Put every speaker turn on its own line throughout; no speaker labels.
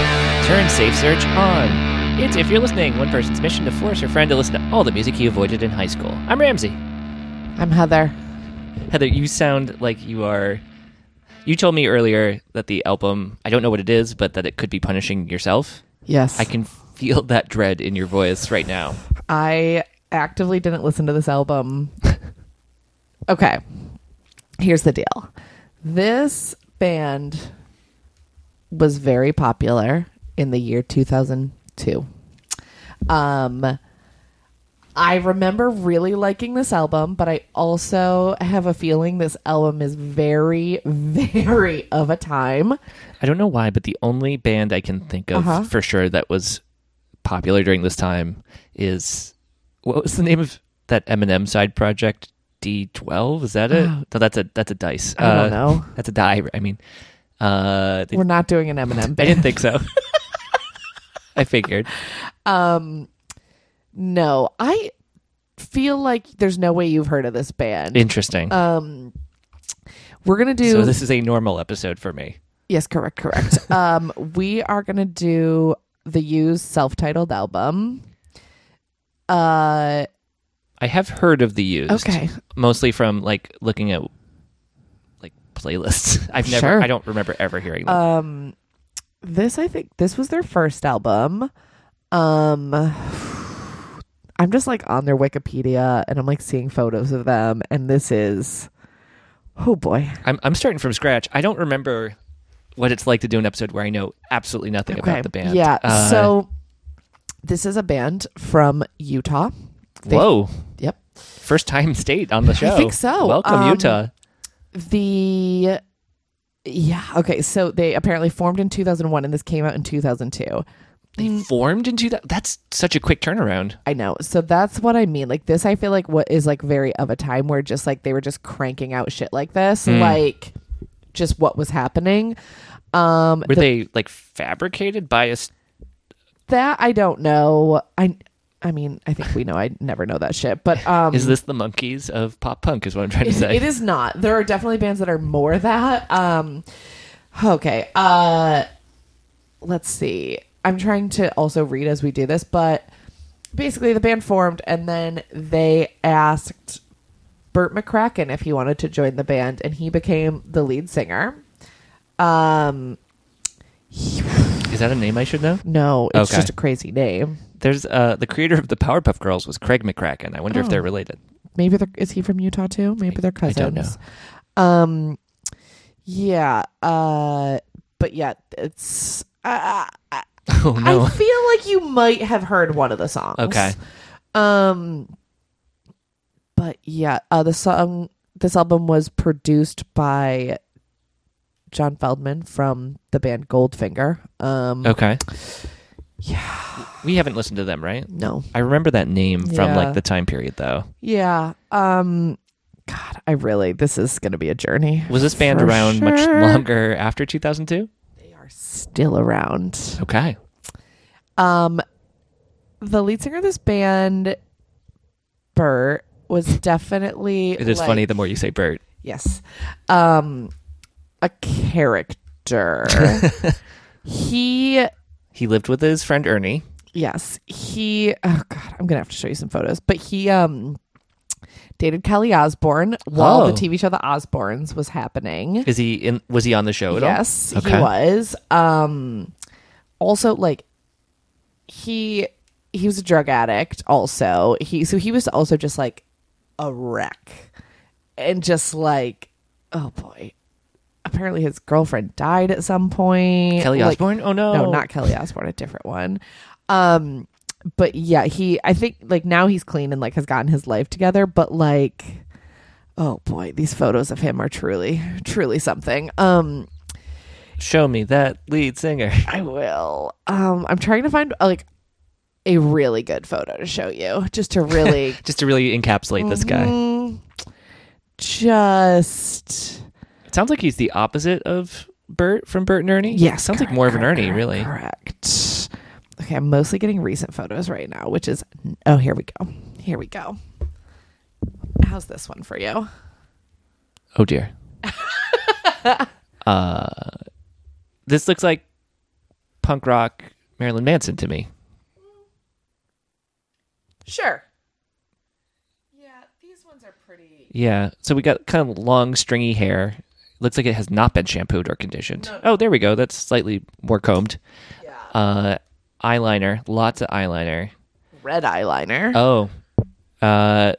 and Safe Search on. It's If You're Listening, one person's mission to force your friend to listen to all the music you avoided in high school. I'm Ramsey.
I'm Heather.
Heather, you sound like you are. You told me earlier that the album, I don't know what it is, but that it could be punishing yourself.
Yes.
I can feel that dread in your voice right now.
I actively didn't listen to this album. okay. Here's the deal. This band was very popular in the year 2002. Um I remember really liking this album, but I also have a feeling this album is very very of a time.
I don't know why, but the only band I can think of
Uh-huh.
for sure that was popular during this time is what was the name of that Eminem side project? D twelve? Is that it?
Oh.
No, that's a that's a dice.
I don't
Uh,
know.
That's a die. I mean, uh, they,
We're not doing an Eminem
I
band.
didn't think so. I figured.
Um, no, I feel like there's no way you've heard of this band.
Interesting.
um, we're gonna do
so this is a normal episode for me.
yes, correct, correct. um, we are gonna do the U's self-titled album. Uh,
I have heard of the used.
okay,
Mostly from like looking at like playlists. I've never.
Sure.
I don't remember ever hearing them.
um, this I think this was their first album. Um. I'm just like on their Wikipedia and I'm like seeing photos of them and this is oh boy.
I'm I'm starting from scratch. I don't remember what it's like to do an episode where I know absolutely nothing about the band.
Yeah.
Uh,
so this is a band from Utah. they-
whoa,
Yep.
first time state on the show.
think so.
Welcome
Um,
Utah.
The yeah. Okay. So they apparently formed in 2001, and this came out in 2002.
They formed into that. That's such a quick turnaround.
I know. So that's what I mean. Like this, I feel like what is like very of a time where just like they were just cranking out shit like this,
Hmm.
like just what was happening. Um,
Were they like fabricated by a? s-
that I don't know. I, I mean, I think we know. I never know that shit, but um,
Is this the monkeys of pop punk? Is what I'm trying to
It-
say.
It is not. There are definitely bands that are more that. Um, okay. Uh, let's see. I'm trying to also read as we do this, but basically the band formed and then they asked Burt McCracken if he wanted to join the band and he became the lead singer. Um,
Is that a name I should know?
no, it's
Okay.
just a crazy name.
There's uh, the creator of the Powerpuff Girls was Craig McCracken. I wonder if
Oh.
they're related.
Maybe they're, is he from Utah too? Maybe they're
I
cousins.
don't know.
Um, yeah. Uh, but yeah, it's. Uh,
Oh no.
I feel like you might have heard one of the songs.
Okay.
Um. But yeah, uh, the song, this album was produced by John Feldman from the band Goldfinger. Um.
okay.
Yeah.
We haven't listened to them, right?
No.
I remember that name from
Yeah.
like the time period though.
Yeah. Um. God, I really. This is gonna be a journey.
Was this band
For
around much
sure.
longer after 2002?
They are still around.
Okay.
Um, the lead singer of this band, Bert, was definitely.
It is
like-
funny the more you say Bert.
Yes, um, a character. he,
He lived with his friend Ernie.
yes, he. Oh God, I'm gonna have to show you some photos. But he, um, dated Kelly Osbourne while
Oh.
the TV show The Osbournes was happening.
Is he in was he on the show at
Yes,
all?
he was. Um also like he he was a drug addict also. He so he was also just like a wreck. And just like oh boy. Apparently his girlfriend died at some point.
Kelly
Like,
Osborne? Oh no.
No, not Kelly Osbourne, a different one. Um but yeah, he I think like now he's clean and like has gotten his life together, but like oh boy, these photos of him are truly truly something. Um
Show me that lead singer.
I will. Um, I'm trying to find uh, like a really good photo to show you, just to really
Just to really encapsulate this guy.
Mm, Just
It sounds like he's the opposite of Bert from Bert and Ernie.
yes,
Sounds like
correct,
more of an
correct,
Ernie,
correct,
really.
Correct. Okay, I'm mostly getting recent photos right now, which is oh, here we go, here we go. How's this one for you?
Oh dear. uh, this looks like punk rock Marilyn Manson to me.
Sure. Yeah, these ones are pretty.
Yeah. So we got kind of long, stringy hair. Looks like it has not been shampooed or conditioned. Oh, there we go. That's slightly more combed.
Yeah.
Uh, eyeliner. Lots of eyeliner.
Red eyeliner.
Oh. Uh,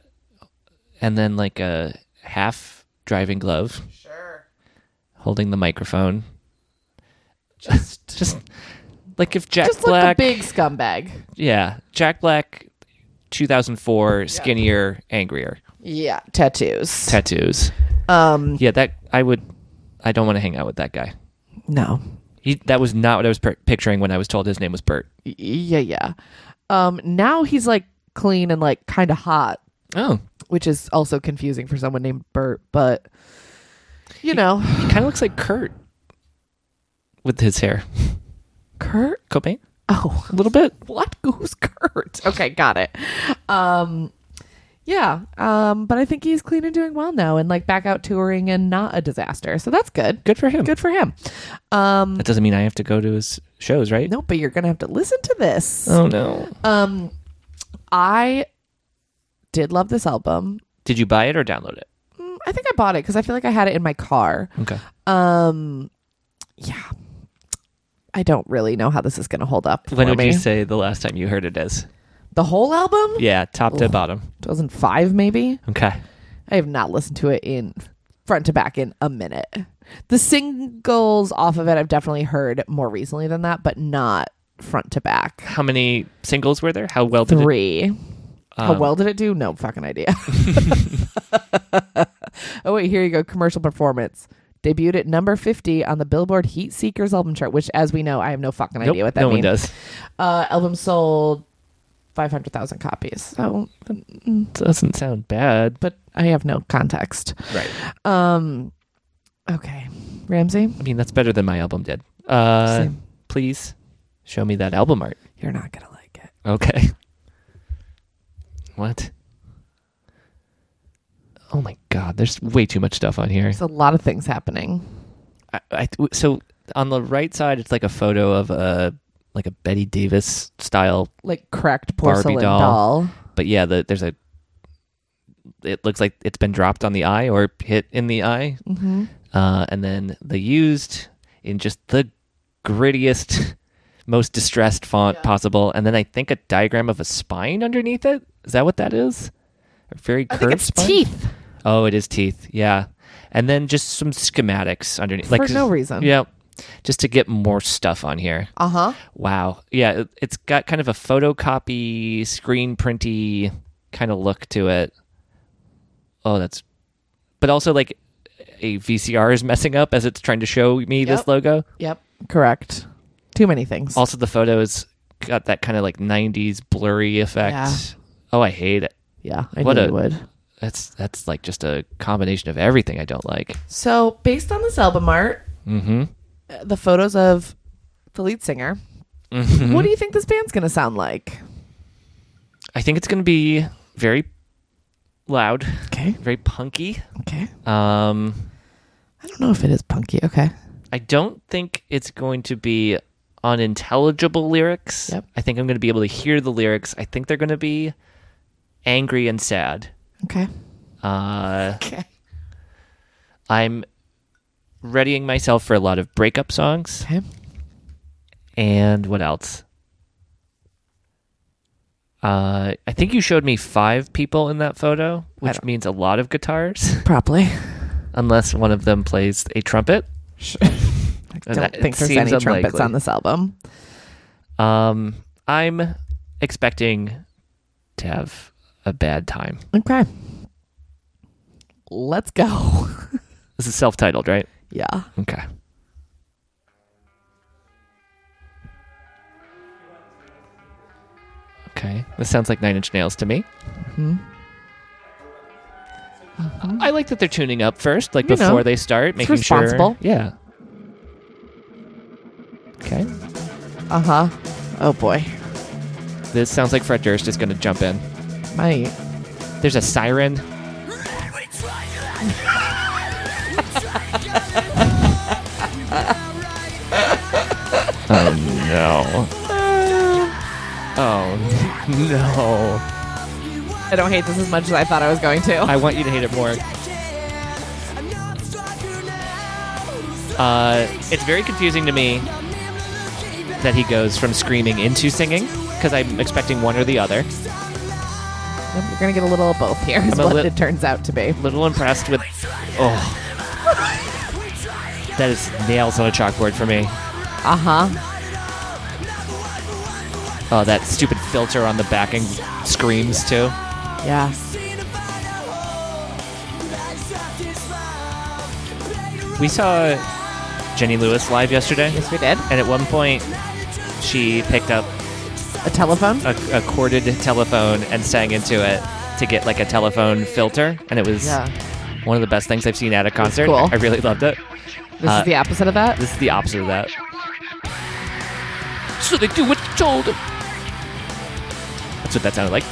and then like a half driving glove
sure.
holding the microphone. Just, just like if Jack
Just
Black.
like a big scumbag.
yeah. Jack Black, 2004, skinnier, angrier.
Yeah, tattoos.
Tattoos.
um,
Yeah, that I would. I don't want to hang out with that guy.
no.
He, that was not what I was per- picturing when I was told his name was Bert.
Y- yeah, yeah. Um, now he's like clean and like kind of hot,
Oh,
which is also confusing for someone named Bert, but you know,
he kind of looks like Kurt with his hair.
Kurt.
Cobain,
Oh,
a little bit.
what? Who's Kurt? Okay, got it. Um, yeah. Um, but I think he's clean and doing well now, and like back out touring and not a disaster. So that's good.
Good for him.
Good for him. Um,
That doesn't mean I have to go to his shows, right?
no, but you're gonna have to listen to this.
Oh no.
Um, I did love this album.
Did you buy it or download it?
Mm, I think I bought it because I feel like I had it in my car.
Okay.
Um, yeah, I don't really know how this is going to hold up.
When
for
did
me.
you say the last time you heard it is?
the whole album?
Yeah, top to bottom.
2005, maybe.
Okay.
I have not listened to it in front to back in a minute. The singles off of it, I've definitely heard more recently than that, but not front to back.
How many singles were there? How well did it?
Three. How
um,
well did it do? No fucking idea. oh wait, here you go. Commercial performance debuted at number fifty on the Billboard Heat Seekers album chart. Which, as we know, I have no fucking
Nope,
idea what that
no
means.
one does.
Uh, album sold five hundred thousand copies. So,
Doesn't sound bad.
but I have no context.
Right.
Um, okay, Ramsey,
I mean, that's better than my album did. Uh,
Same.
please show me that album art.
you're not gonna like it.
Okay. What? Oh my god, there's way too much stuff on here.
There's a lot of things happening.
I, I, so on the right side, it's like a photo of a like a Betty Davis style,
Like cracked
Barbie
porcelain
doll.
doll.
but yeah, the, there's a. It looks like it's been dropped on the eye or hit in the eye,
Mm-hmm.
uh, and then the used in just the grittiest, most distressed font
Yeah.
possible, and then I think a diagram of a spine underneath it. Is that what that is? A very
I
curved
think it's
spine?
teeth
Oh, it is teeth. Yeah, and then just some schematics underneath,
for no reason.
Yeah, just to get more stuff on here.
Uh huh.
Wow. Yeah, it, it's got kind of a photocopy, screen printy kind of look to it. Oh, that's. But also, like, a VCR is messing up as it's trying to show me this
Yep.
logo.
Yep. Correct. Too many things.
Also, the photo has got that kind of like 90s blurry effect.
Yeah.
Oh, I hate it.
yeah, I
What
knew
a-
you would.
That's that's like just a combination of everything I don't like.
So, based on this album art,
Mm-hmm.
uh, the photos of the lead singer,
Mm-hmm.
what do you think this band's going to sound like?
I think it's going to be very loud,
Okay.
very punky.
Okay.
Um,
I don't know if it is punky. Okay.
I don't think it's going to be unintelligible lyrics.
Yep.
I think I'm going to be able to hear the lyrics. I think they're going to be angry and sad.
Okay.
Uh,
Okay.
I'm readying myself for a lot of breakup songs.
Okay.
And what else? Uh, I think you showed me five people in that photo, which
don't-
means a lot of guitars,
Probably.
unless one of them plays a trumpet.
I
Uh,
don't
it
think there's
seems
any trumpets
unlikely.
on this album.
Um, I'm expecting to have a bad time.
Okay. Let's go.
This is self-titled, right?
yeah.
Okay. Okay, this sounds like Nine Inch Nails to me.
Mm-hmm.
I like that they're tuning up first, like
You know,
before they start, making
responsible.
sure. Yeah. Okay.
Uh huh. Oh boy.
This sounds like Fred Durst is going to jump in.
My.
There's a siren. oh Oh no!
I don't hate this as much as I thought I was going to.
I want you to hate it more. Uh, it's very confusing to me that he goes from screaming into singing because I'm expecting one or the other.
You're gonna get a little of both here. Is
I'm a
what
lit-
it turns out to be.
Little impressed with. Oh, that is nails on a chalkboard for me.
Uh huh.
Oh, that stupid filter on the backing screams too.
Yeah.
We saw Jenny Lewis live yesterday,
Yes, we did.
and at one point she picked up
A telephone.
a, a corded telephone and sang into it to get like a telephone filter, and it was
Yeah.
one of the best things I've seen at a concert.
cool.
I really loved it.
This
Uh,
is the opposite of that.
This is the opposite of that. So they do what they're told. That's what that sounded like.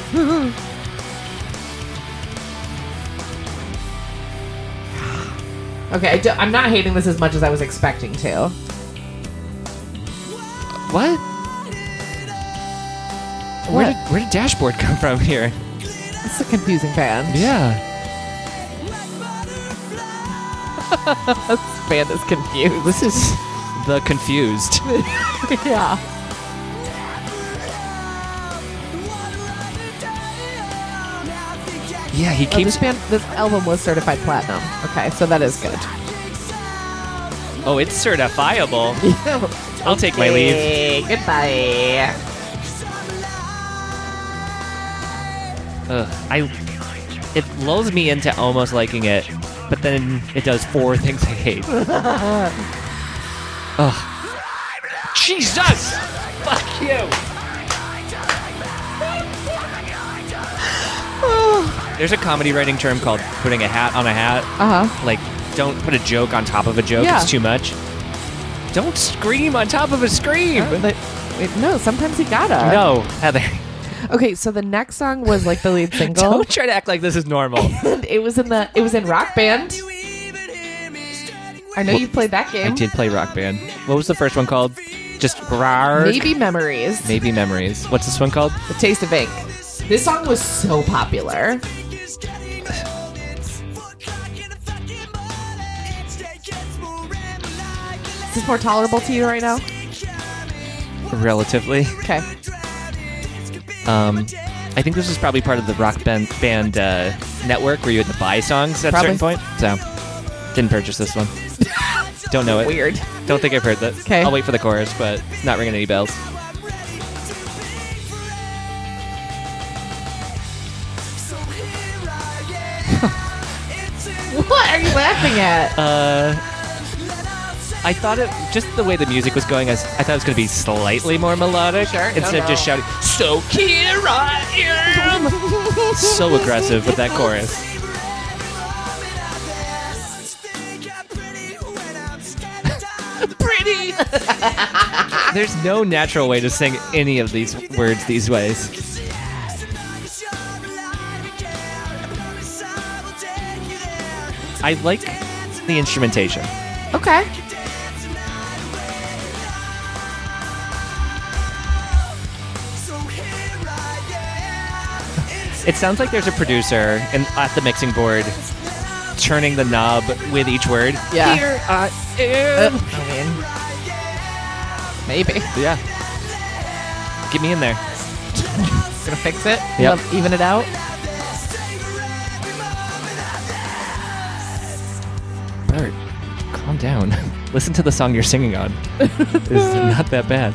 Okay, I do, I'm not hating this as much as I was expecting to.
What? Where did where did dashboard come from here?
It's a confusing band.
Yeah.
This band is confused.
This is the confused.
yeah.
Yeah, he
Oh, this
keeps
band, this album was certified platinum. Okay, so that is good.
Oh, it's certifiable. I'll take my leave.
Okay, Goodbye.
Ugh, I it lulls me into almost liking it, but then it does four things I hate. Ugh. Jesus! Fuck you! There's a comedy writing term called putting a hat on a hat.
Uh huh.
Like, don't put a joke on top of a joke,
Yeah.
it's too much. Don't scream on top of a scream!
Wait, no, sometimes you gotta.
no, Heather.
Okay, so the next song was like the lead single.
Don't try to act like this is normal.
and it was in the it was in Rock Band. I know you played that
I
game.
did play Rock Band. What was the first one called? Just Rarg?
Maybe Memories.
Maybe Memories. What's this one called?
The Taste of Ink. This song was so popular. Is this more tolerable to you right now?
Relatively.
Okay.
Um, I think this was probably part of the Rock Band, band uh, network where you had to buy songs at a certain
Probably.
point. So, didn't purchase this one. Don't know it.
Weird.
Don't think I've heard that.
'Kay.
I'll wait for the chorus, but it's not ringing any bells.
What are you laughing at?
Uh, I thought it just the way the music was going. I, s- I thought it was going to be slightly more melodic
Sure, no,
instead of just
no.
shouting "So here I am." so aggressive with that chorus.
Pretty.
There's no natural way to sing any of these words these ways. I like the instrumentation.
Okay.
It sounds like there's a producer and at the mixing board turning the knob with each word.
Yeah.
Here I am.
Uh, I mean, maybe.
yeah. Get me in there.
Gonna fix it.
Yep.
Love- Even it out.
Bert, calm down. Listen to the song you're singing on. it's not that bad.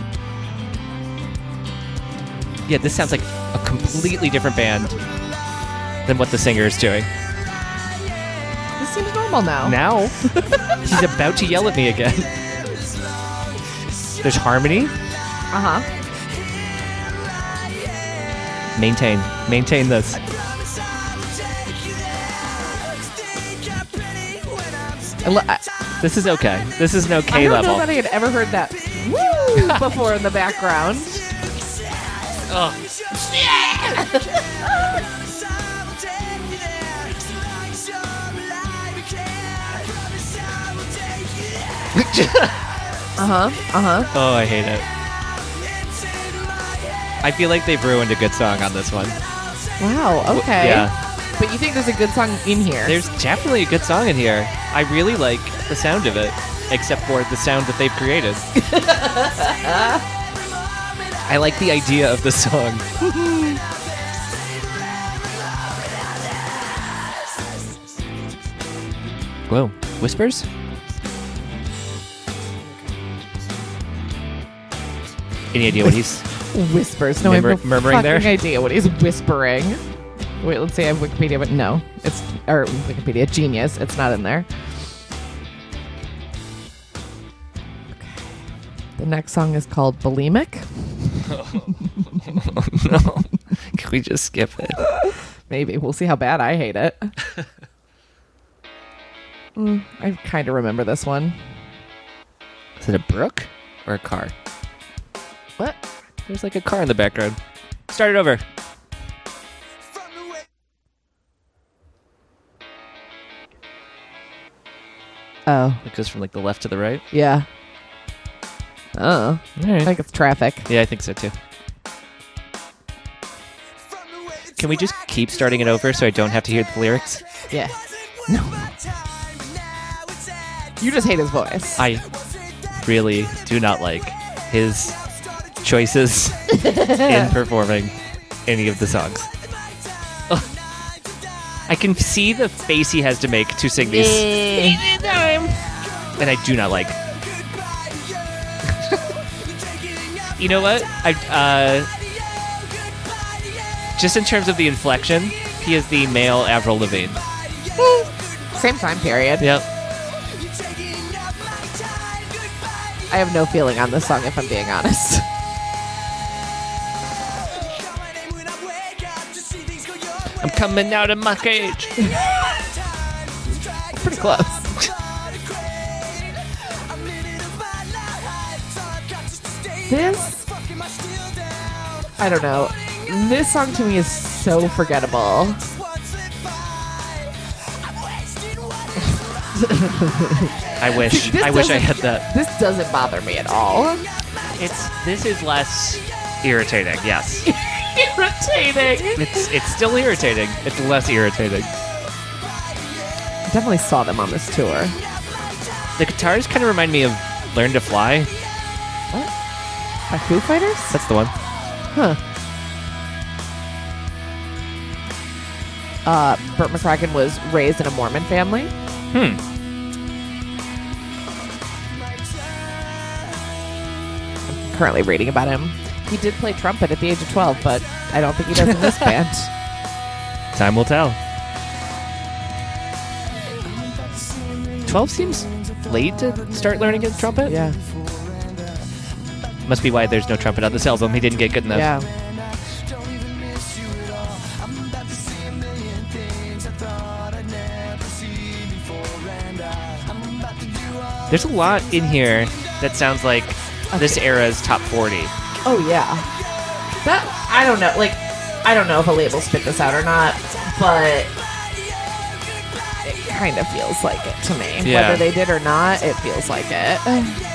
Yeah, this sounds like a completely different band than what the singer is doing.
This seems normal now.
Now, she's about to yell at me again. There's harmony.
Uh huh.
Maintain. Maintain this.
I, lo- I,
This is okay. This is an
I
okay
don't
level.
know that I had ever heard that woo before in the background. Uh huh. Uh huh.
oh, I hate it. I feel like they've ruined a good song on this one.
Wow. Okay.
yeah.
But you think there's a good song in here?
There's definitely a good song in here. I really like the sound of it, except for the sound that they've created. I like the idea of the song. Whoa, whispers? Any idea what he's.
whispers. No, I
Murmur-
have no
murmuring there?
fucking idea what he's whispering. Wait, let's see. I have Wikipedia, but no, it's or Wikipedia genius. It's not in there. The next song is called "Bulimic."
no. Can we just skip it?
Maybe we'll see how bad I hate it. Mm, I kind of remember this one.
Is it a brook or a car?
What?
There's like a car in the background. Start it over.
Oh,
It goes from like the left to the right.
yeah. Oh,
All right.
I think it's traffic.
yeah, I think so too. Can we just keep starting it over so I don't have to hear the lyrics?
Yeah. You just hate his voice.
I really do not like his choices in performing any of the songs. Ugh. I can see the face he has to make to sing these. And I do not like. You know what? I uh, just in terms of the inflection, he is the male Avril Lavigne.
Same time period.
Yep.
I have no feeling on this song if I'm being honest.
I'm coming out of my cage.
Pretty close. This, I don't know. This song to me is so forgettable.
I wish.
This
I wish I
doesn't-
had that.
This doesn't bother me at all.
It's this is less irritating. Yes.
Irritating.
It's it's still irritating. It's less irritating.
I definitely saw them on this tour.
The guitars kind of remind me of Learn to Fly.
By Foo Fighters?
That's the one.
Huh. Uh, Burt McCracken was raised in a Mormon family.
Hmm.
Currently reading about him. He did play trumpet at the age of 12, but I don't think he does in this band.
Time will tell. Twelve seems late to start learning the trumpet.
Yeah.
Must be why there's no trumpet on this album. He didn't get good enough.
Yeah.
There's a lot in here that sounds like this era's top forty.
Oh yeah. That I don't know. Like I don't know if a label spit this out or not, but it kind of feels like it to me.
Yeah.
Whether they did or not, it feels like it.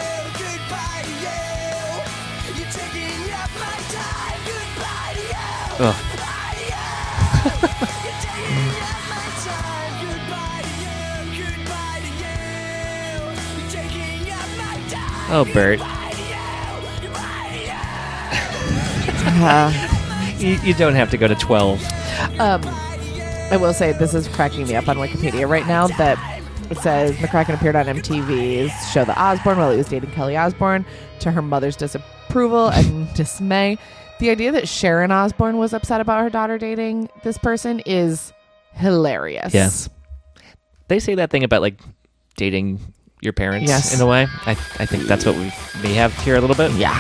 Ugh. Oh, Bert. You, you don't have to go to 12.
Um, I will say this is cracking me up on Wikipedia right now that it says McCracken appeared on MTV's show The Osbourne while he was dating Kelly Osbourne to her mother's disapproval and dismay. The idea that Sharon Osbourne was upset about her daughter dating this person is hilarious.
Yeah. They say that thing about like dating your parents
Yes.
in a way. I, I think that's what we may have here a little bit.
Yeah.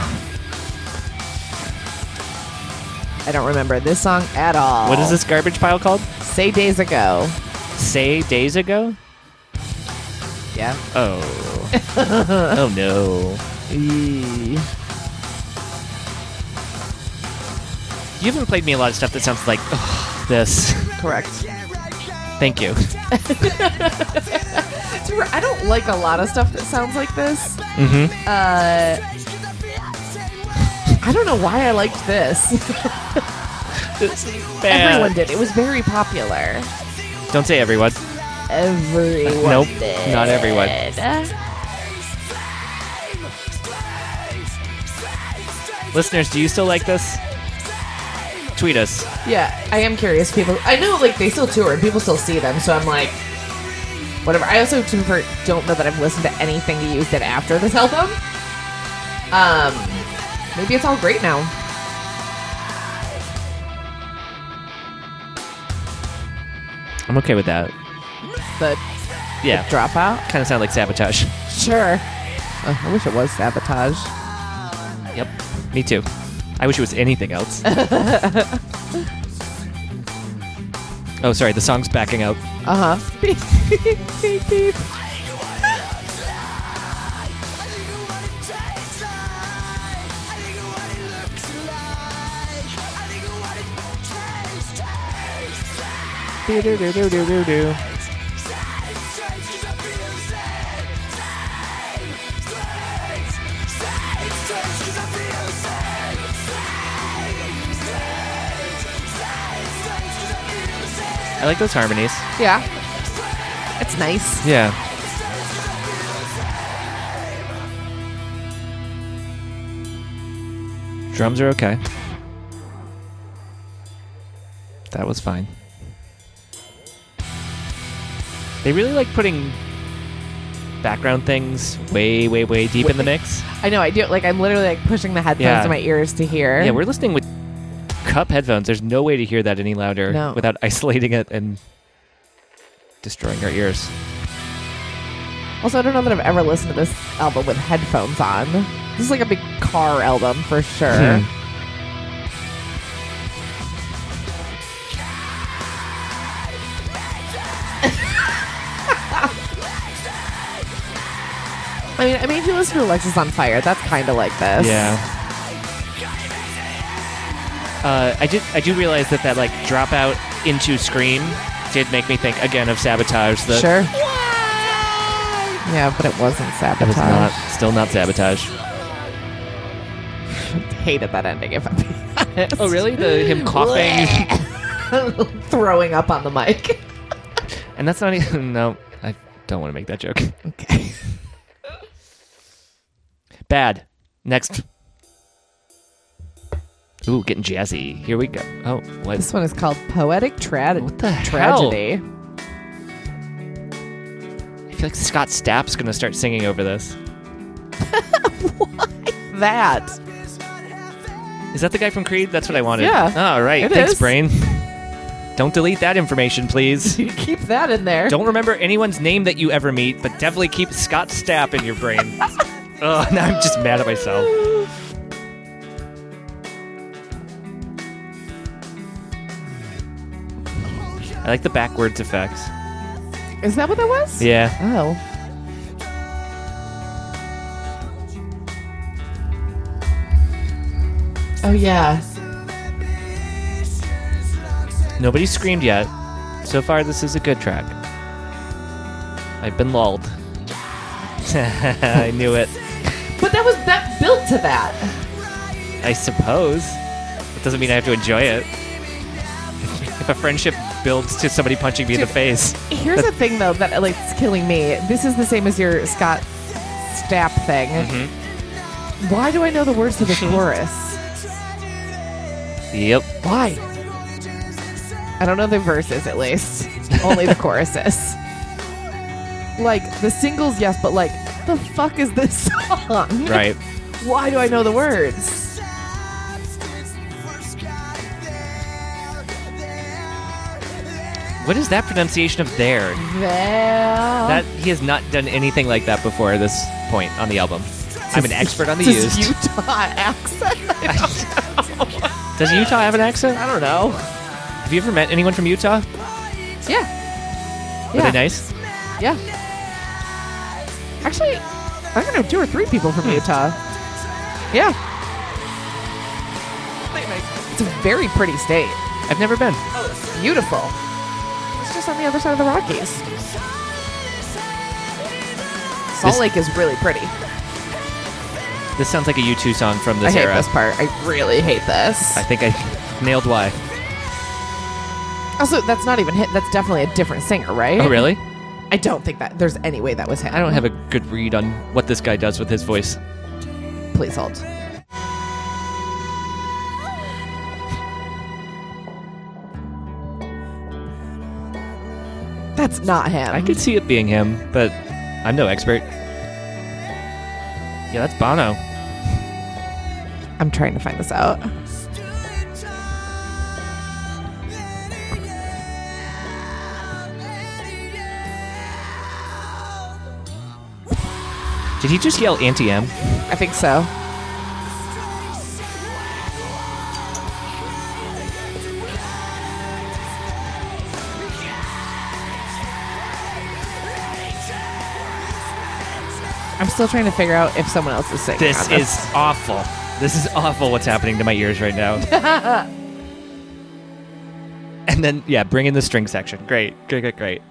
I don't remember this song at all.
What is this garbage pile called?
Say days ago.
Say days ago?
Yeah.
Oh. oh no.
Eee.
You haven't played me a lot of stuff that sounds like ugh, this.
Correct.
Thank you.
I don't like a lot of stuff that sounds like this.
Mm-hmm.
Uh, I don't know why I liked this.
It's bad.
Everyone did. It was very popular.
Don't say everyone.
Everyone.
Nope,
did.
not everyone. Listeners, do you still like this? Tweet us.
Yeah, I am curious. People, I know, like they still tour and people still see them. So I'm like, whatever. I also to her, don't know that I've listened to anything you did after this album. Um, maybe it's all great now.
I'm okay with that.
The
Yeah.
dropout.
Kind of sound like sabotage.
Sure. Uh, I wish it was sabotage.
Yep. Me too. I wish it was anything else. oh, sorry. The song's backing out.
Uh huh. Beep, beep, beep, beep. Do, do, do, do, do, do, do.
I like those harmonies.
Yeah. It's nice.
Yeah. Drums are okay. That was fine. They really like putting background things way, way, way deep in the mix.
I know. I do. Like I'm literally like pushing the headphones
Yeah.
to my ears to hear.
Yeah, we're listening with cup headphones. There's no way to hear that any louder
No.
without isolating it and destroying our ears.
also, I don't know that I've ever listened to this album with headphones on. This is like a big car album for sure.
Hmm.
I mean, I made you listen to Alexis on Fire. That's kind of like this.
Yeah. Uh, I did. I do realize that that like dropout into scream did make me think again of sabotage. The,
sure. Yeah, but it wasn't sabotage.
That was not still not sabotage.
Hated that ending, if I'm being honest.
Oh really? The him coughing,
Throwing up on the mic.
and that's not even. No, I don't want to make that joke.
Okay.
Bad. Next. Ooh, getting jazzy. Here we go. Oh, what?
This one is called Poetic Tragedy.
What the hell?
Tragedy.
I feel like Scott Stapp's gonna start singing over this.
That.
Is that the guy from Creed? That's what I wanted.
Yeah.
All right.
It
Thanks,
is.
brain. Don't delete that information, please.
You keep that in there.
Don't remember anyone's name that you ever meet, but definitely keep Scott Stapp in your brain. Ugh, now I'm just mad at myself. I like the backwards effects.
Is that what that was?
Yeah.
Oh. Oh yeah.
Nobody screamed yet. So far, this is a good track. I've been lulled. I knew it.
But that was that built to that.
I suppose. It doesn't mean I have to enjoy it. if a friendship builds to somebody punching me in the
Dude.
face,
Here's the thing though that like it's killing me. This is the same as your Scott Stapp thing. Why do I know the words to the chorus?
yep.
Why? I don't know the verses at least. Only the choruses. Like the singles, yes, but like the fuck is this song?
Right.
Why do I know the words?
What is that pronunciation of there? That
That
he has not done anything like that before at this point on the album. I'm an expert on the
Does
used.
Utah accent. I don't,
Does Utah have an accent?
I don't know.
Have you ever met anyone from Utah?
Yeah.
Were
Yeah.
they nice?
Yeah. Actually, I don't know two or three people
Hmm.
from Utah. Yeah. It's a very pretty state.
I've never been.
beautiful. It's just on the other side of the Rockies. Salt
This-
Lake is really pretty.
This sounds like a U2 song from
I
this
hate
era.
this part. I really hate this.
I think I nailed why.
Also, that's not even hit. That's definitely a different singer, right?
Oh, really?
I don't think that there's any way that was him.
I don't have a good read on what this guy does with his voice.
Please hold. That's not him.
I could see it being him, but I'm no expert. Yeah, that's Bono.
I'm trying to find this out.
Did he just yell anti M?
I think so. I'm still trying to figure out if someone else is singing.
This
on
is awful. This is awful what's happening to my ears right now. and then, yeah, bring in the string section. Great, great, great, great.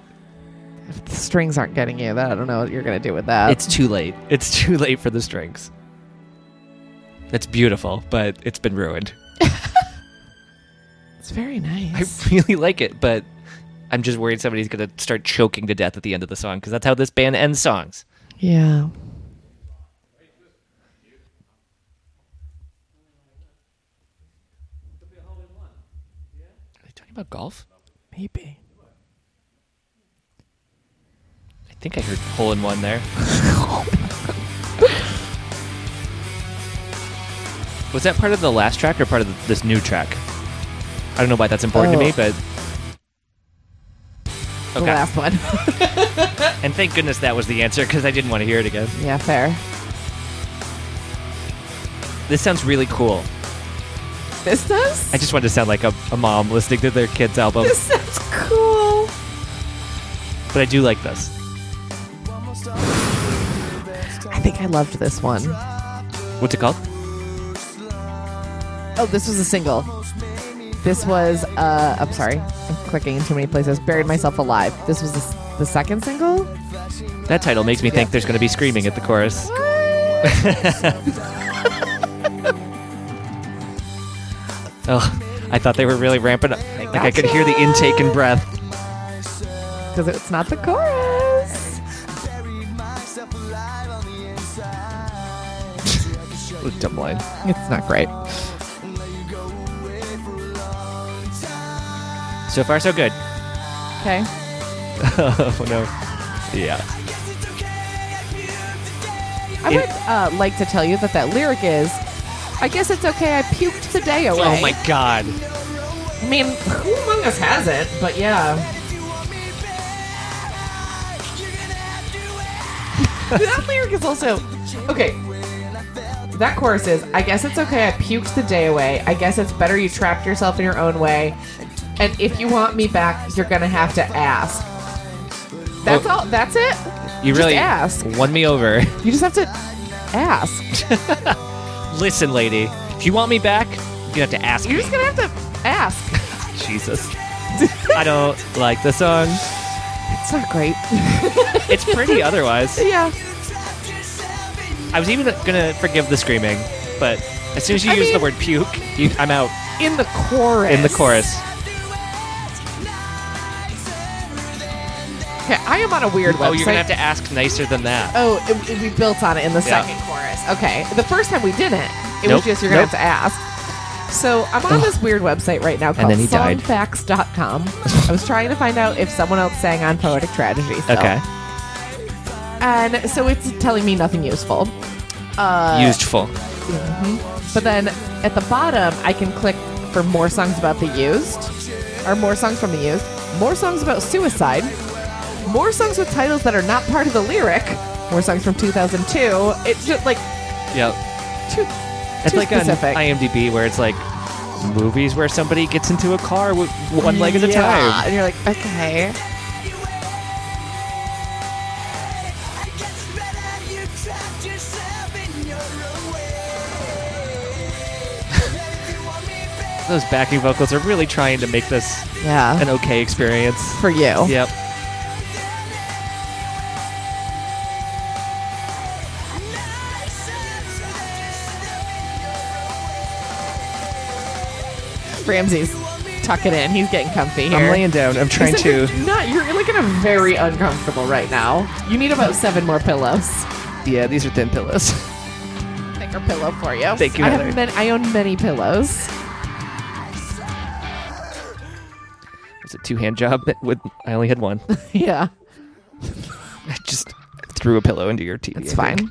If the strings aren't getting you. That I don't know what you're gonna do with that.
Uh, It's too late. It's too late for the strings. It's beautiful, but it's been ruined.
It's very
I
nice.
really like it, but I'm just worried somebody's going to start choking to death at the end of the song because that's how this band ends songs.
yeah.
Are they talking about golf?
Maybe.
I think I heard hole in one there. Was that part of the last track or part of this new track? I don't know why that's important to me,
Oh.
but.
The
Okay.
last one.
And thank goodness that was the answer because I didn't want to hear it again.
yeah, fair.
This sounds really cool.
This does.
I just wanted to sound like a, a mom listening to their kids' album,
This sounds cool.
but I do like this.
I think I loved this one.
What's it called?
Oh, this was a single. This was, uh, I'm sorry, I'm clicking in too many places. Buried Myself Alive. This was the, s- the second single?
That title makes me think there's going to be screaming at the chorus. oh, I thought they were really ramping up. Like I could hear the intake and breath.
Because it's not the chorus.
Dumb line.
It's not great.
So far, so good.
Okay.
oh no. Yeah.
I
It-
would uh, like to tell you that that lyric is, I guess it's okay, I puked the day away.
Oh my god.
I mean, who among us has it? But yeah. that lyric is also okay. That chorus is, I guess it's okay. I puked the day away. I guess it's better you trapped yourself in your own way. And if you want me back, you're gonna have to ask. That's
Well-
all. That's it.
You
Just
really
ask.
won me over.
You just have to ask.
Listen, lady. If you want me back, you have to ask
You're
me.
just gonna have to ask.
Jesus. I don't like the song.
It's not great.
It's pretty otherwise.
yeah.
I was even gonna forgive the screaming, but as soon as you
I
use the
mean-
word puke, you, I'm out
In the chorus.
in the chorus.
Okay, I am on a weird website.
Oh, you're gonna have to ask nicer than that.
Oh, it, it- we built on it in the
Yeah.
second chorus. Okay. The first time we didn't. It
Nope.
was just you're going
Nope.
to have to ask. So I'm on this weird website right now
And
called
then he died.
songfacts.com. I was trying to find out if someone else sang on Poetic Tragedy. Still.
Okay,
And so it's telling me nothing useful. Oh, uh,
used full.
But then at the bottom, I can click for more songs about the used, or more songs from the used, more songs about suicide, more songs with titles that are not part of the lyric, more songs from 2002. It's just like
Yeah,
too,
it's
too
like
specific.
on IMDb where it's like movies where somebody gets into a car with one leg at a
Yeah,
time.
And you're like, okay.
Those backing vocals are really trying to make this
Yeah.
an okay experience.
for you.
Yep.
Ramses, tuck it in. He's getting comfy here.
I'm laying down. I'm trying
Except
to.
you're Not you're looking a very uncomfortable right now. You need about seven more pillows.
Yeah, these are thin pillows.
Thicker pillow for you.
Thank you,
I
Heather.
have many, I own many pillows.
It's a two hand job with. I only had one.
yeah,
I just threw a pillow into your TV.
it's
I
fine.
think.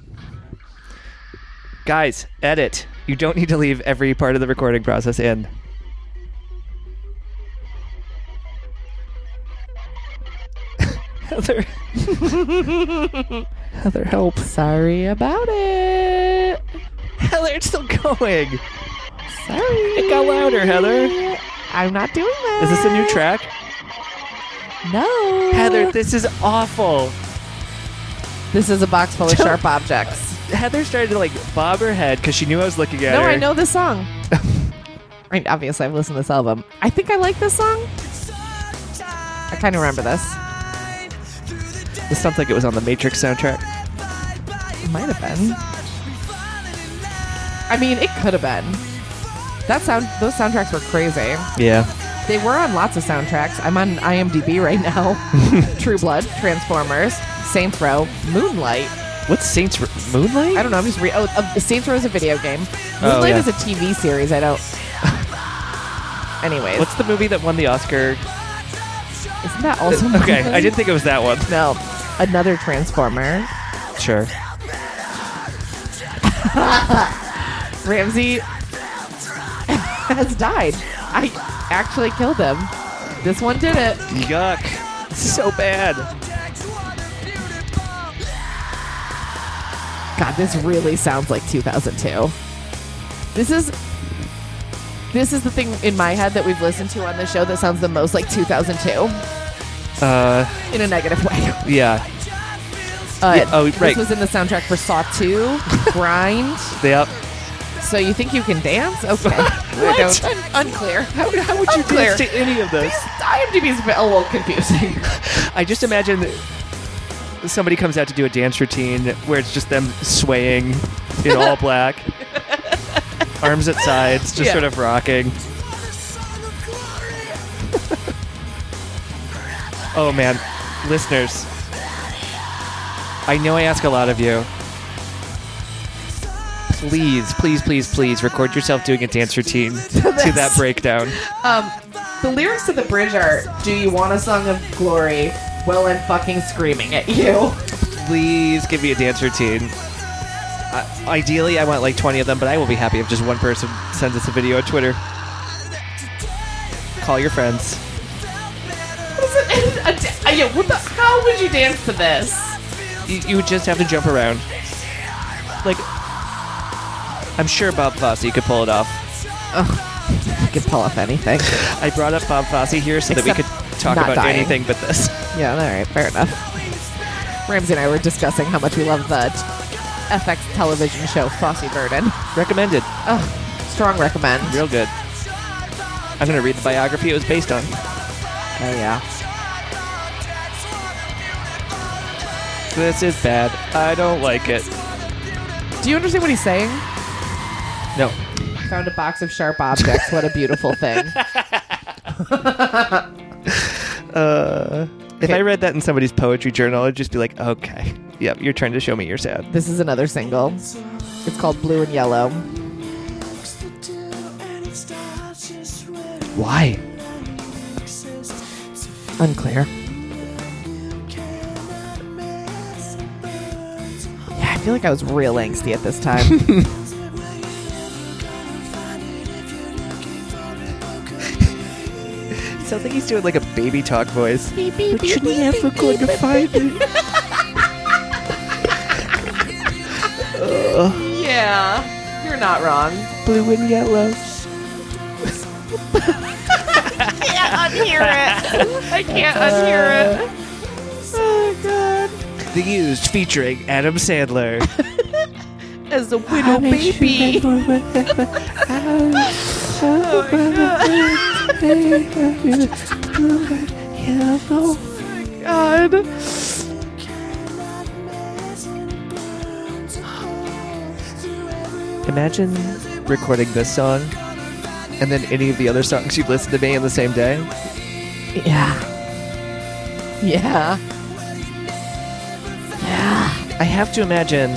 Guys, edit. You don't need to leave every part of the recording process in. Heather. Heather, help.
Sorry about it.
Heather, it's still going.
Sorry.
It got louder, Heather.
I'm not doing that.
Is this a new track?
No.
Heather, this is awful.
this is a box full of
Don't-
sharp objects.
Heather started to like bob her head because she knew I was looking at
No,
her.
I know this song. I mean, obviously, I've listened to this album. I think I like this song. I kind of remember this.
This sounds like it was on the Matrix soundtrack.
It might have been. I mean, it could have been. That sound, those soundtracks were crazy.
Yeah.
They were on lots of soundtracks. I'm on IMDb right now. True Blood, Transformers, Saints Row, Moonlight.
What's Saints Ro- Moonlight?
I don't know. I'm just re. Oh, uh, Saints Row is a video game.
Oh,
Moonlight
yeah.
is a TV series. I don't. Anyways,
What's the movie that won the Oscar?
isn't that also
Okay, I
Moonlight?
didn't think it was that one.
No, another Transformer.
Sure.
Ramsey has died. I actually killed him. This one did it.
Yuck. So bad.
God, this really sounds like 2002. This is this is the thing in my head that we've listened to on the show that sounds the most like 2002
Uh,
in a negative way.
yeah.
Uh,
Yeah, oh, right.
This was in the soundtrack for Saw 2, Grind.
They up.
So you think you can dance? Okay. I
What?
don't. Un- unclear. How, how would
Didn't see any of those.
IMDb's a little confusing.
I just imagine somebody comes out to do a dance routine where it's just them swaying in all black, arms at sides, just
Yeah.
sort of rocking. Oh man, listeners, I know I ask a lot of you. Please, please, please, please record yourself doing a dance routine to that breakdown.
The lyrics to the bridge are Do you want a song of glory? Well, I'm fucking screaming at you.
Please give me a dance routine. I, ideally, I want like 20 of them, but I will be happy if just one person sends us a video on Twitter. Call your friends.
Is it- a da- uh, yeah, what the, how would you dance to this?
You, you would just have to jump around. Like, I'm sure Bob Fosse could pull it off.
I could pull off anything.
I brought up Bob Fosse here so that we
Except
could talk
not
about
dying.
anything but this.
Yeah, all right, fair enough. Ramsey and I were discussing how much we love the t- FX television show Fosse Burden.
Recommended.
Oh, strong recommend.
Real good. I'm going to read the biography it was based on.
Oh, yeah.
This is bad. I don't like it.
Do you understand what he's saying?
No.
Found a box of sharp objects. What a beautiful thing.
Uh, if
Okay.
I read that in somebody's poetry journal, I'd just be like, okay, yep, you're trying to show me you're sad.
This is another single. It's called Blue and Yellow.
Why?
Unclear. Yeah, I feel like I was real angsty at this time.
It sounds like he's doing like a baby talk voice.
But you never gonna find it. Yeah, you're not wrong.
Blue and yellow.
Can't unhear it. I can't unhear it. Oh god.
The Used featuring Adam Sandler.
As a widow baby. God.
Imagine recording this song and then any of the other songs you've listened to me in the same day.
Yeah. Yeah. Yeah.
I have to imagine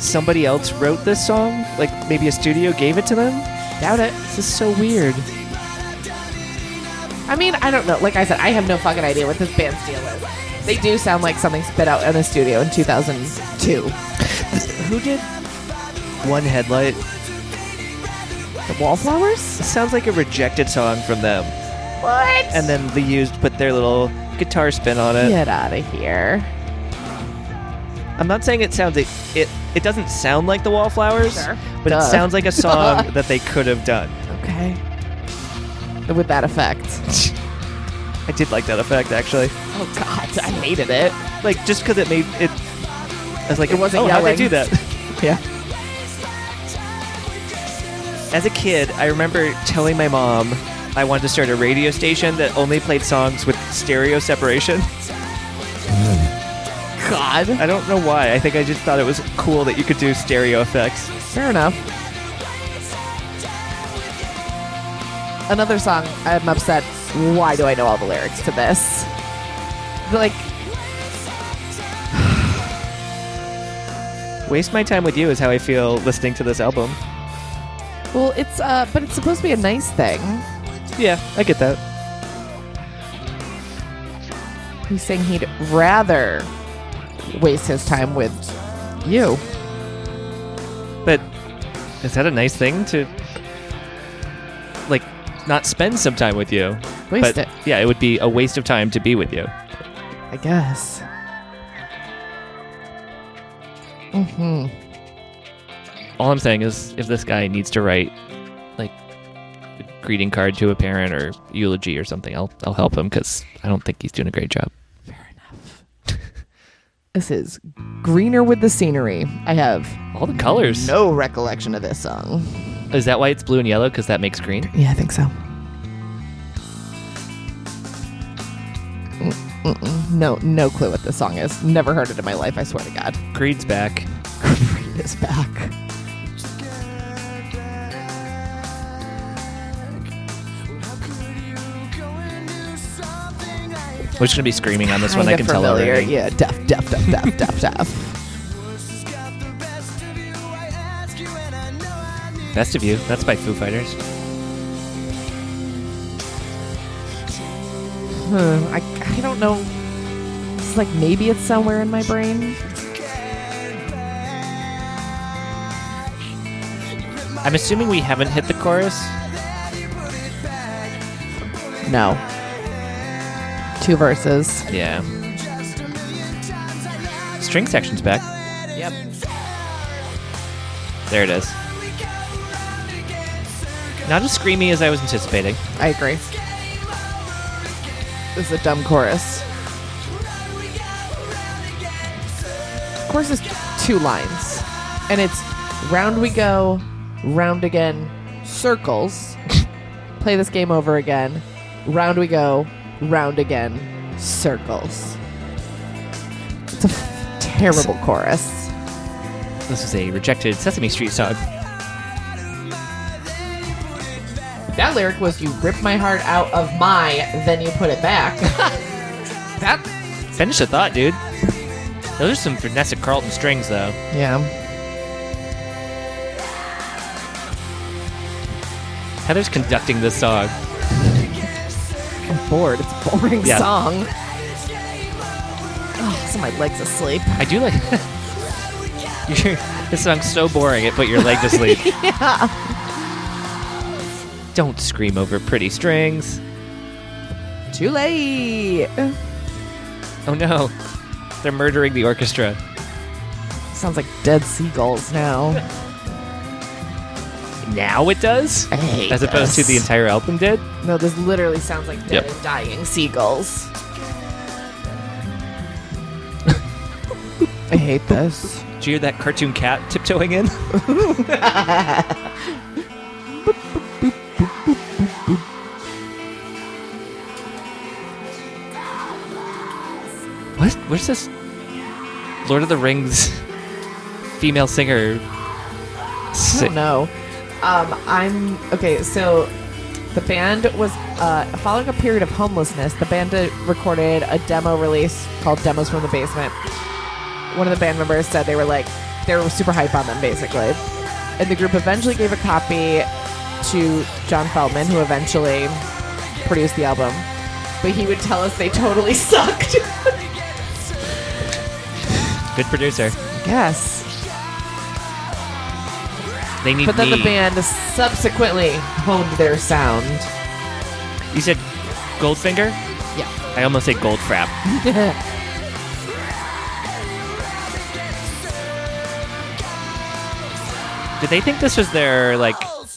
somebody else wrote this song. Like maybe a studio gave it to them.
Doubt it.
This is so weird.
I mean, I don't know. Like I said, I have no fucking idea what this band's deal is. They do sound like something spit out in a studio in 2002.
Who did One Headlight?
The Wallflowers?
This sounds like a rejected song from them.
What?
And then the used put their little guitar spin on it.
Get out of here.
I'm not saying it sounds it it, it doesn't sound like the Wallflowers,
Sure.
but
Duh.
it sounds like a song that they could have done.
Okay. With that effect.
I did like that effect actually.
Oh God, I hated it.
Like just because it made it. I was like,
It wasn't
oh, how did I
yelling.
do that?
Yeah.
As a kid, I remember telling my mom I wanted to start a radio station that only played songs with stereo separation.
God.
I don't know why. I think I just thought it was cool that you could do stereo effects.
Fair enough. Another song I'm upset. Why do I know all the lyrics to this? Like,
Waste my time with you is how I feel listening to this album.
well, it's uh, but it's supposed to be a nice thing.
Yeah, I get that.
He's saying he'd rather waste his time with you.
But is that a nice thing to like not spend some time with you?
Waste
but,
it.
Yeah, it would be a waste of time to be with you.
I guess. Mm-hmm.
All I'm saying is if this guy needs to write like a greeting card to a parent or eulogy or something, I'll I'll help him cuz I don't think he's doing a great job.
Fair enough. this is Greener with the Scenery. I have
All the colors.
no recollection of this song.
Is that why it's blue and yellow cuz that makes green?
Yeah, I think so. Mm-mm. No, no clue what this song is. Never heard it in my life. I swear to God.
Creed's back.
Creed is back.
We're just going to be screaming on this one. I
Kinda
can tell already.
Yeah, deaf, deaf, deaf, deaf, deaf, deaf.
Best of You. That's by Foo Fighters.
Hmm, I, I don't know. It's like maybe it's somewhere in my brain.
I'm assuming we haven't hit the chorus.
No. Two verses.
Yeah. String section's back.
Yep.
There it is. Not as screamy as I was anticipating.
I agree. This is a dumb chorus. Chorus is two lines, and it's round we go, round again, circles. Play this game over again. Round we go, round again, circles. It's a f- terrible chorus.
This is a rejected Sesame Street song.
That lyric was "You rip my heart out of my, then you put it back." that,
Finish the thought, dude. Those are some Vanessa Carlton strings, though.
yeah,
Heather's conducting this song.
I'm bored. It's a boring
Yeah.
song. Oh, so my legs asleep.
I do like. Your- this song's so boring it put your leg to sleep. Don't scream over pretty strings.
Too late.
Oh no, they're murdering the orchestra.
Sounds like dead seagulls now.
Now it does,
I hate
as opposed to the
this.
entire album did.
No, this literally sounds like dead
Yep.
and dying seagulls. I hate this.
Did you hear that cartoon cat tiptoeing in? what? Where's this Lord of the Rings female singer?
I
si-
don't know. Um, I'm okay. So the band was uh, following a period of homelessness. The band uh, recorded a demo release called "Demos from the Basement." One of the band members said they were like they were super hype on them, basically. And the group eventually gave a copy to John Feldman, who eventually produced the album. But he would tell us they totally sucked.
Good producer.
yes.
They need
But then the
me.
band subsequently honed their sound.
You said Goldfinger?
Yeah.
I almost said Goldfrapp. Did they think this was their like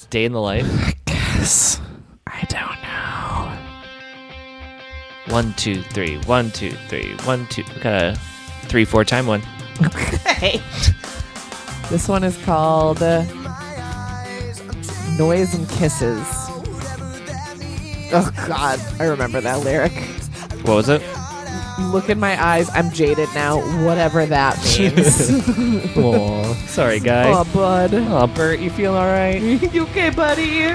day in the life?
Guess. I don't know.
One, two, three, one, two, three, one, two. We got a three, four time one.
Okay. this one is called uh, Noise and Kisses. Oh, God. I remember that lyric.
What was it?
Look in my eyes. I'm jaded now. Whatever that means.
Oh, sorry guys.
oh, bud.
Oh, Bert, you feel all right?
you okay, buddy?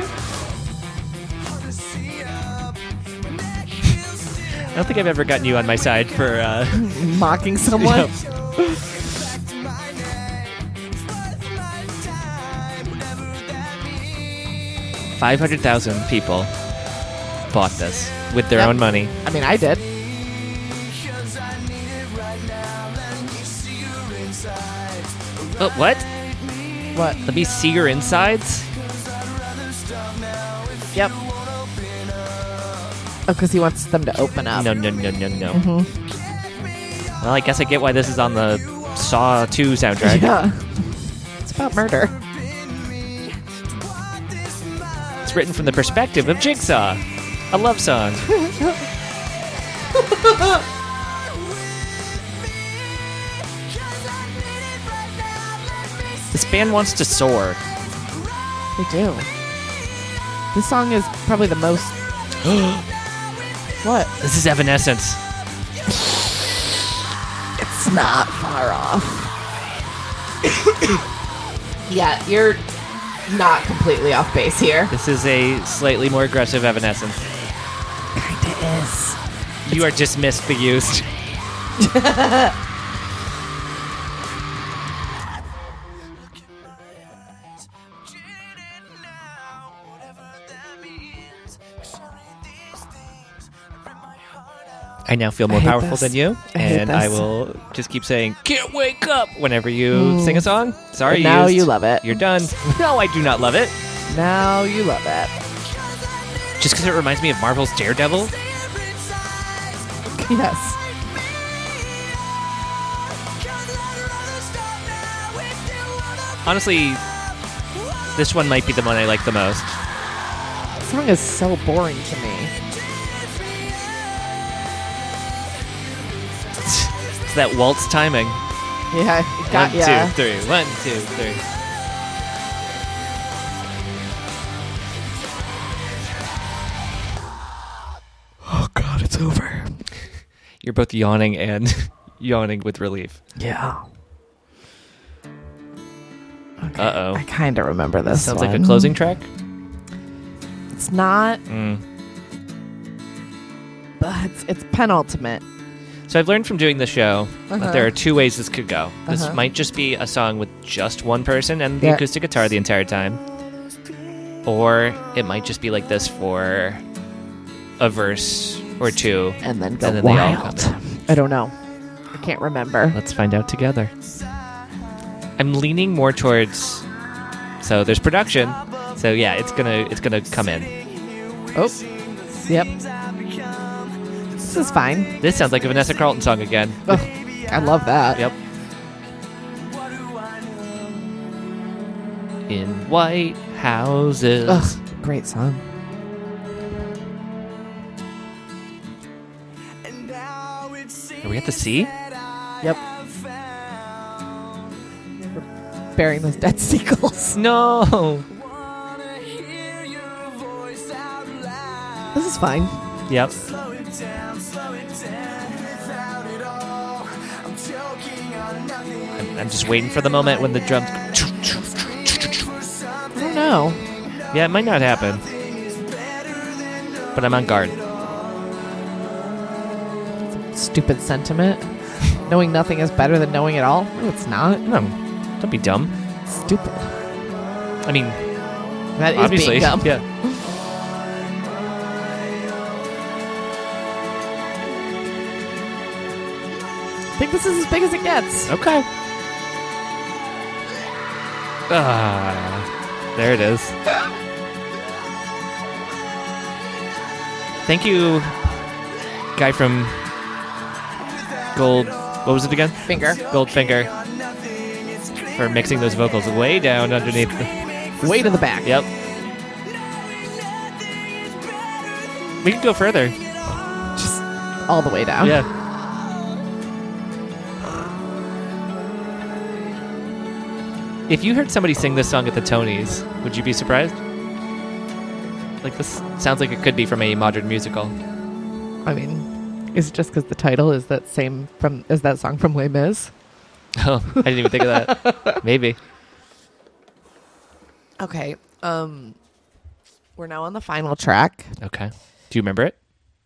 I don't think I've ever gotten you on my side for. uh
Mocking someone?
Five hundred thousand people bought this with their
Yep.
own money.
I mean, I did.
Oh, what?
What?
Let me see your insides.
Yep. Oh, because he wants them to open up.
No, no, no, no, no.
Mm-hmm.
Well, I guess I get why this is on the Saw 2 soundtrack.
Yeah. It's about murder.
It's written from the perspective of Jigsaw, a love song. this band wants to soar.
They do. This song is probably the most. what?
This is Evanescence.
It's not far off. yeah, you're not completely off base here.
This is a slightly more aggressive Evanescence.
Kinda is.
You are dismissed, the used. I now feel more
I hate
powerful
this.
than you,
I hate
and I
this.
will just keep saying "Can't wake up" whenever you sing a song. Sorry,
Mm. But now
used.
you love it.
You're done. No, I do not love it.
Now you love it.
Just because it reminds me of Marvel's Daredevil.
Yes.
Honestly, this one might be the one I like the most.
This song is so boring to me.
It's that waltz timing.
Yeah, got
One,
ya.
two, three. One, two, three.
Oh god, it's over.
You're both yawning and yawning with relief.
Yeah. Okay.
Uh-oh.
I kind of remember this.
Sounds like
one.
a closing track.
It's not,
Mm.
but it's, it's penultimate.
So I've learned from doing the show
Uh-huh.
that there are two ways this could go. This
Uh-huh.
might just be a song with just one person and the
Yeah.
acoustic guitar the entire time, or it might just be like this for a verse or two.
And then go
And then they all
wild.
come
I don't know. I can't remember.
Let's find out together. I'm leaning more towards. So there's production. So yeah, it's gonna it's gonna come in.
Oh. Yep. This is fine.
This sounds like a Vanessa Carlton song again.
Ugh, I love that.
Yep. In white houses.
Ugh, great song.
Are we at the sea?
Yep. Burying those dead seagulls.
No.
This is fine.
Yep. I'm, I'm just waiting for the moment when the drums.
I don't know.
Yeah, it might not happen. But I'm on guard.
Stupid sentiment. knowing nothing is better than knowing it all. No, it's not.
No, Hmm. don't be dumb.
Stupid.
I mean,
That is
obviously,
being dumb.
yeah.
I think this is as big as it gets.
Okay. Ah, there it is. Thank you, guy from Gold. What was it again?
Finger.
Goldfinger for mixing those vocals way down underneath. The,
Way to the back.
yep. We could go further.
Just all the way down.
Yeah. If you heard somebody sing this song at the Tonys, would you be surprised? Like this sounds like it could be from a modern musical.
I mean, is it just because the title is that same from is that song from Les Mis?
Oh, I didn't even think of that. Maybe.
Okay. Um, we're now on the final track.
Okay. Do you remember it?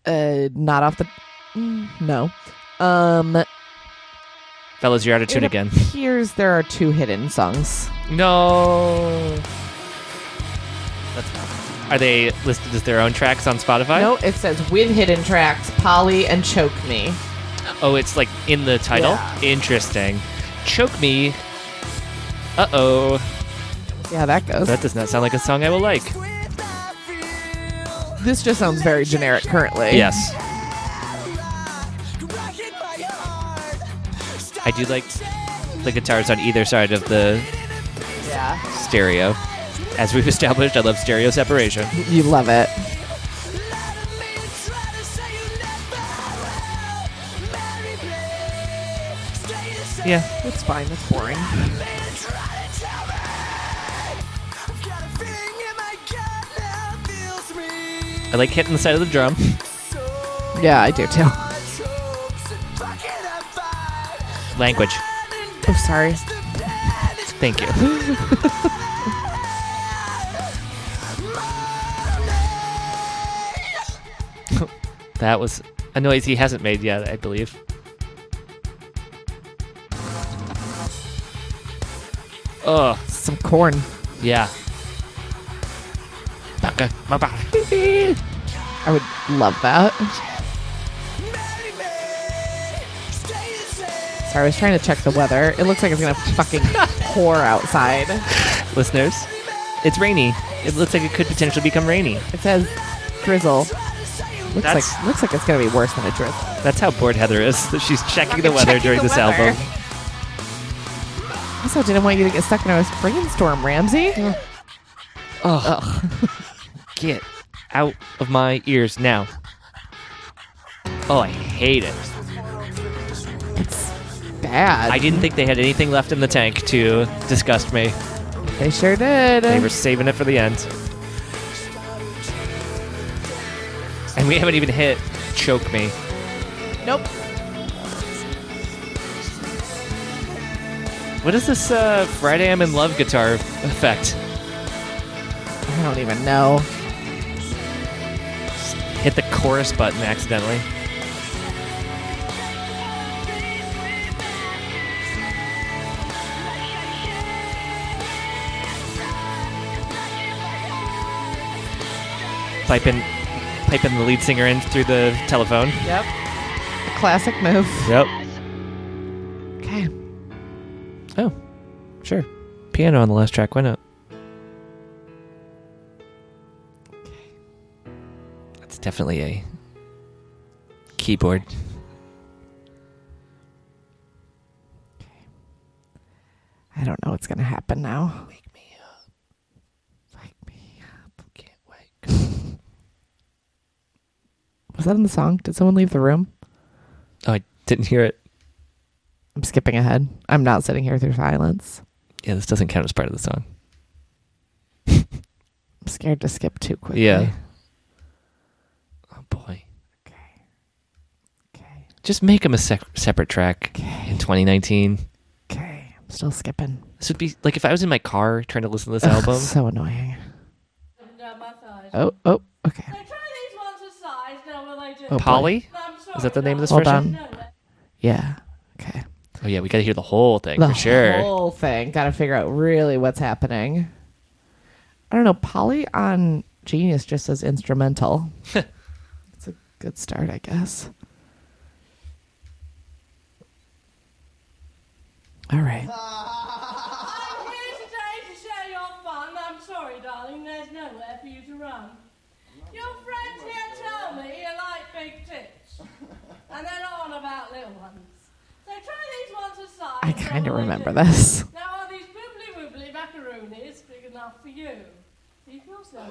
Uh, not off the. mm, No. Um,
Fellas, you're out of tune
it
again.
appears there are two hidden songs.
No. That's, are they listed as their own tracks on Spotify?
No, it says with hidden tracks, Polly and Choke Me.
Oh, it's like in the title.
Yeah.
Interesting. Choke me. Uh oh.
Yeah, that goes.
That does not sound like a song I will like.
this just sounds very generic currently.
Yes.
I
I do like the guitars on either side of the
Yeah.
stereo. As we've established, I love stereo separation.
You love it.
Yeah.
It's fine. It's boring.
I like hitting the side of the drum.
Yeah, I do too. Oh,
Language.
I'm sorry.
Thank you. That was a noise he hasn't made yet, I believe. Ugh.
Some corn.
Oh, Yeah. Okay, my body.
I would love that. Sorry, I was trying to check the weather. It looks like it's gonna fucking pour outside.
Listeners, it's rainy. It looks like it could potentially become rainy.
It says drizzle. Looks
That's-
like looks like it's gonna be worse than a drizzle.
That's how bored Heather is. that She's checking the
Fucking
weather
checking
during
the
this
weather.
album.
Also, didn't want you to get stuck in a brainstorm, Ramsey.
Get out of my ears now. Oh, I hate it.
Bad.
I didn't think they had anything left in the tank to disgust me.
they sure did.
They were saving it for the end. And we haven't even hit Choke Me.
nope.
What is this uh, Friday I'm in Love guitar effect?
I don't even know.
Hit the chorus button accidentally. Piping, piping the lead singer in through the telephone.
Yep. Classic move.
Yep.
Okay.
Oh, sure. Piano on the last track. Why not? That's definitely a keyboard.
I don't know what's gonna happen now. Wake me up. Wake me up. Can't wake. Was that in the song? Did someone leave the room?
Oh, I didn't hear it.
I'm skipping ahead. I'm not sitting here through silence.
Yeah, this doesn't count as part of the song.
I'm scared to skip too quickly.
Yeah. Oh boy.
Okay. Okay.
Just make them a sec- separate track
Okay.
in 2019.
Okay. I'm Still skipping.
This would be like if I was in my car trying to listen to this
Oh,
album.
so annoying.
down my thighs.
Oh, oh, okay.
Now try these ones with size now will they do?
Oh.
Polly?
I'm sorry,
Is that the name of this
darling.
Hold
version?
on.
No, no.
Yeah. Okay.
Oh yeah, we got to hear the whole thing
The
for sure.
whole thing. Got to figure out really what's happening. I don't know. Polly on Genius just says instrumental. it's a good start, I guess. All right.
I'm here today to share your fun. I'm sorry, darling, there's nowhere for you to run. Your friends here tell me you like big tits. And then on about little ones. So try these ones with size.
I kind of
now, will they
remember
do?
this.
Now are these wibbly wibbly macaronis big enough for you? Leave yourself.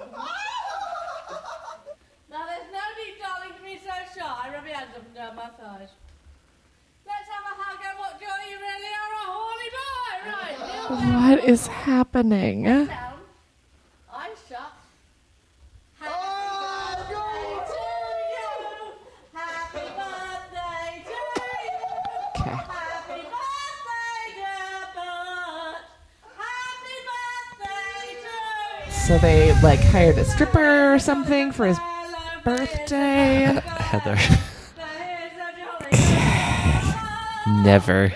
now there's no need, darling, to be so shy. Rub your hands up and down my thighs. Let's have a hug and what joy you really are a horny boy, right? kneel down.
What is happening?
down. I'm shocked. Happy birthday to you. Happy birthday to you.
Okay.
Happy birthday, dear Bert. Happy birthday to you.
So they like hired a stripper or something for his
Hello,
birthday.
Heather,
Here's a jolly
never,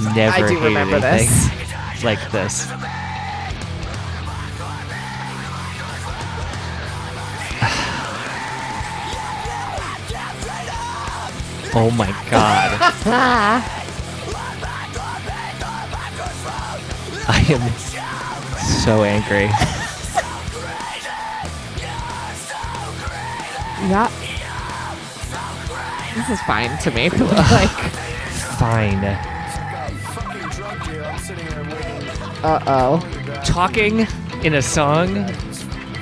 never.
I do
hated
remember
anything
this.
Like this. Oh my god. I am so angry.
Yeah. This is fine to me. like,
Fine.
uh oh.
talking in a song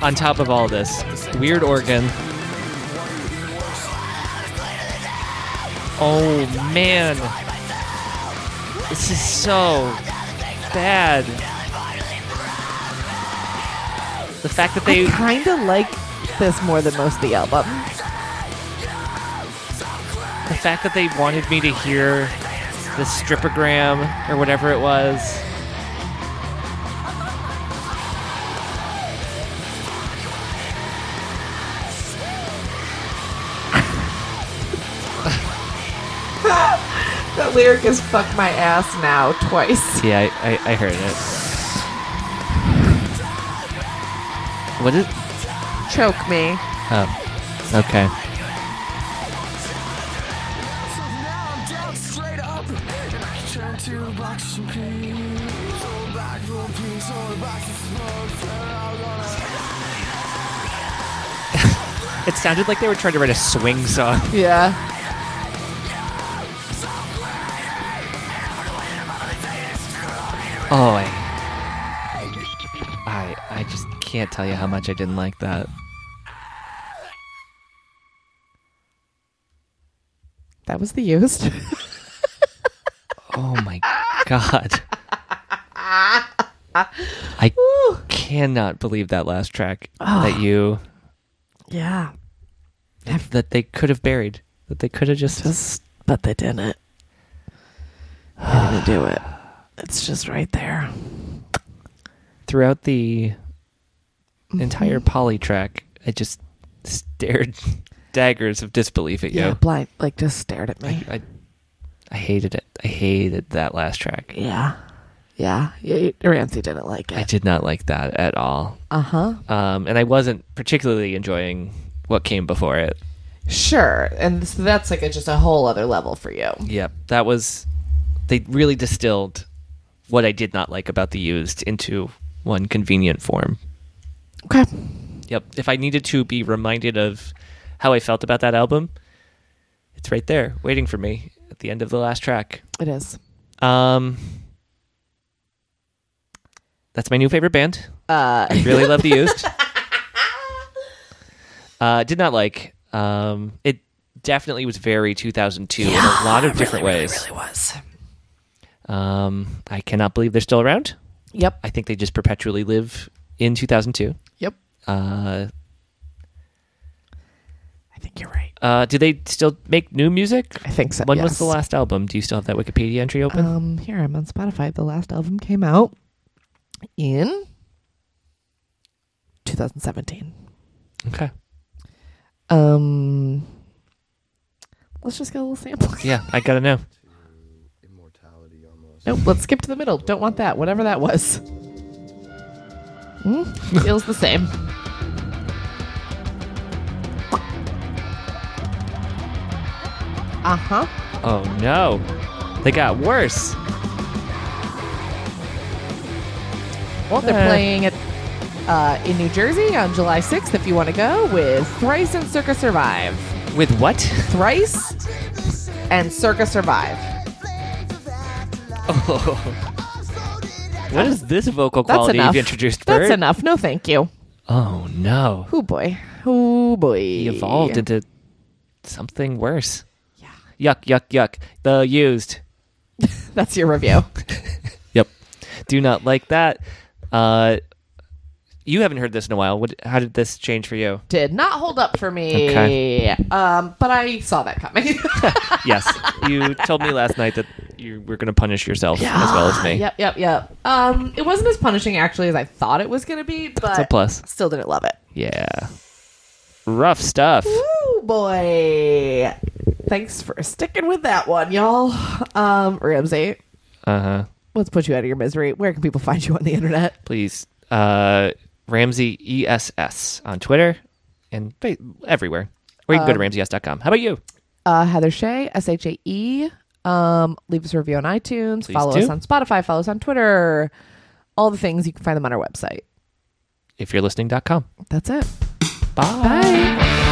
on top of all this weird organ oh man this is so bad the fact that they
I kind of like this more than most of the album.
the fact that they wanted me to hear the strippogram or whatever it was
The lyric is "fuck my ass now" twice.
Yeah, I, I, I heard it. What is?
Choke me.
Oh, okay. It sounded like they were trying to write a swing song.
Yeah.
Oh, I, I, I just can't tell you how much I didn't like that.
That was the used.
Oh my god. I cannot believe that last track that you
yeah.
that they could have buried. That they could have just
Just, but they didn't. They didn't do it. It's just right there.
throughout the entire poly track, I just stared daggers of disbelief at you.
Yeah. Blind, like, just stared at me.
I, I I hated it. I hated that last track.
Yeah. Yeah. Y- y- Ramsey didn't like
I
it.
did not like that at all.
Uh huh.
Um, and I wasn't particularly enjoying what came before it.
Sure. And so that's like a, just a whole other level for you.
Yep. That was they really distilled what I did not like about the used into one convenient form.
Okay.
Yep. If I needed to be reminded of how I felt about that album, it's right there waiting for me at the end of the last track.
It is.
Um That's my new favorite band.
Uh,
I really love the used. Uh did not like um it definitely was very 2002 in a lot of different ways.
It was.
Um, I cannot believe they're still around.
Yep.
I think they just perpetually live in 2002.
Yep.
Uh,
I think you're right.
Uh, do they still make new music?
I think so.
When
yes.
was the last album? Do you still have that Wikipedia entry open?
Um, here I'm on Spotify. The last album came out in 2017.
okay.
Um, let's just get a little sample.
Yeah, I gotta know.
Immortality almost.
Nope, let's skip to the middle. Don't want that. Whatever that was. Hmm, feels the same. Uh huh.
Oh no, they got worse.
Well, they're
Eh.
playing at uh, in New Jersey on July 6th if you want to go with Thrice and Circa Survive.
With what?
Thrice and Circa Survive.
Oh. What is this vocal
That's
quality
enough.
you've introduced, Bert?
That's enough. No, thank you.
Oh no,
Oh boy. Oh boy.
he evolved into something worse. Yeah. Yuck! Yuck! Yuck! The used.
That's your review.
Yep. Do not like that. Uh, you haven't heard this in a while. What? How did this change for you?
Did not hold up for me.
Okay.
Um, but I saw that coming.
Yes, you told me last night that you were going to punish yourself as well as me.
Yep, yep, yep. Um, it wasn't as punishing actually as I thought it was going to be,
It's a
but
plus.
still didn't love it.
Yeah. Rough stuff.
Woo boy. Thanks for sticking with that one, y'all. Um, Ramsey,
Uh huh.
let's put you out of your misery. Where can people find you on the internet?
Please. Uh, Ramsey ESS on Twitter and fa- everywhere. Or you can go to ramseys.com. How about you?
uh, Heather Shea, S H A E. Um, leave us a review on iTunes. follow
do.
us on Spotify. Follow us on Twitter. All the things you can find them on our website.
If you're listening.com.
That's it.
Bye.
Bye.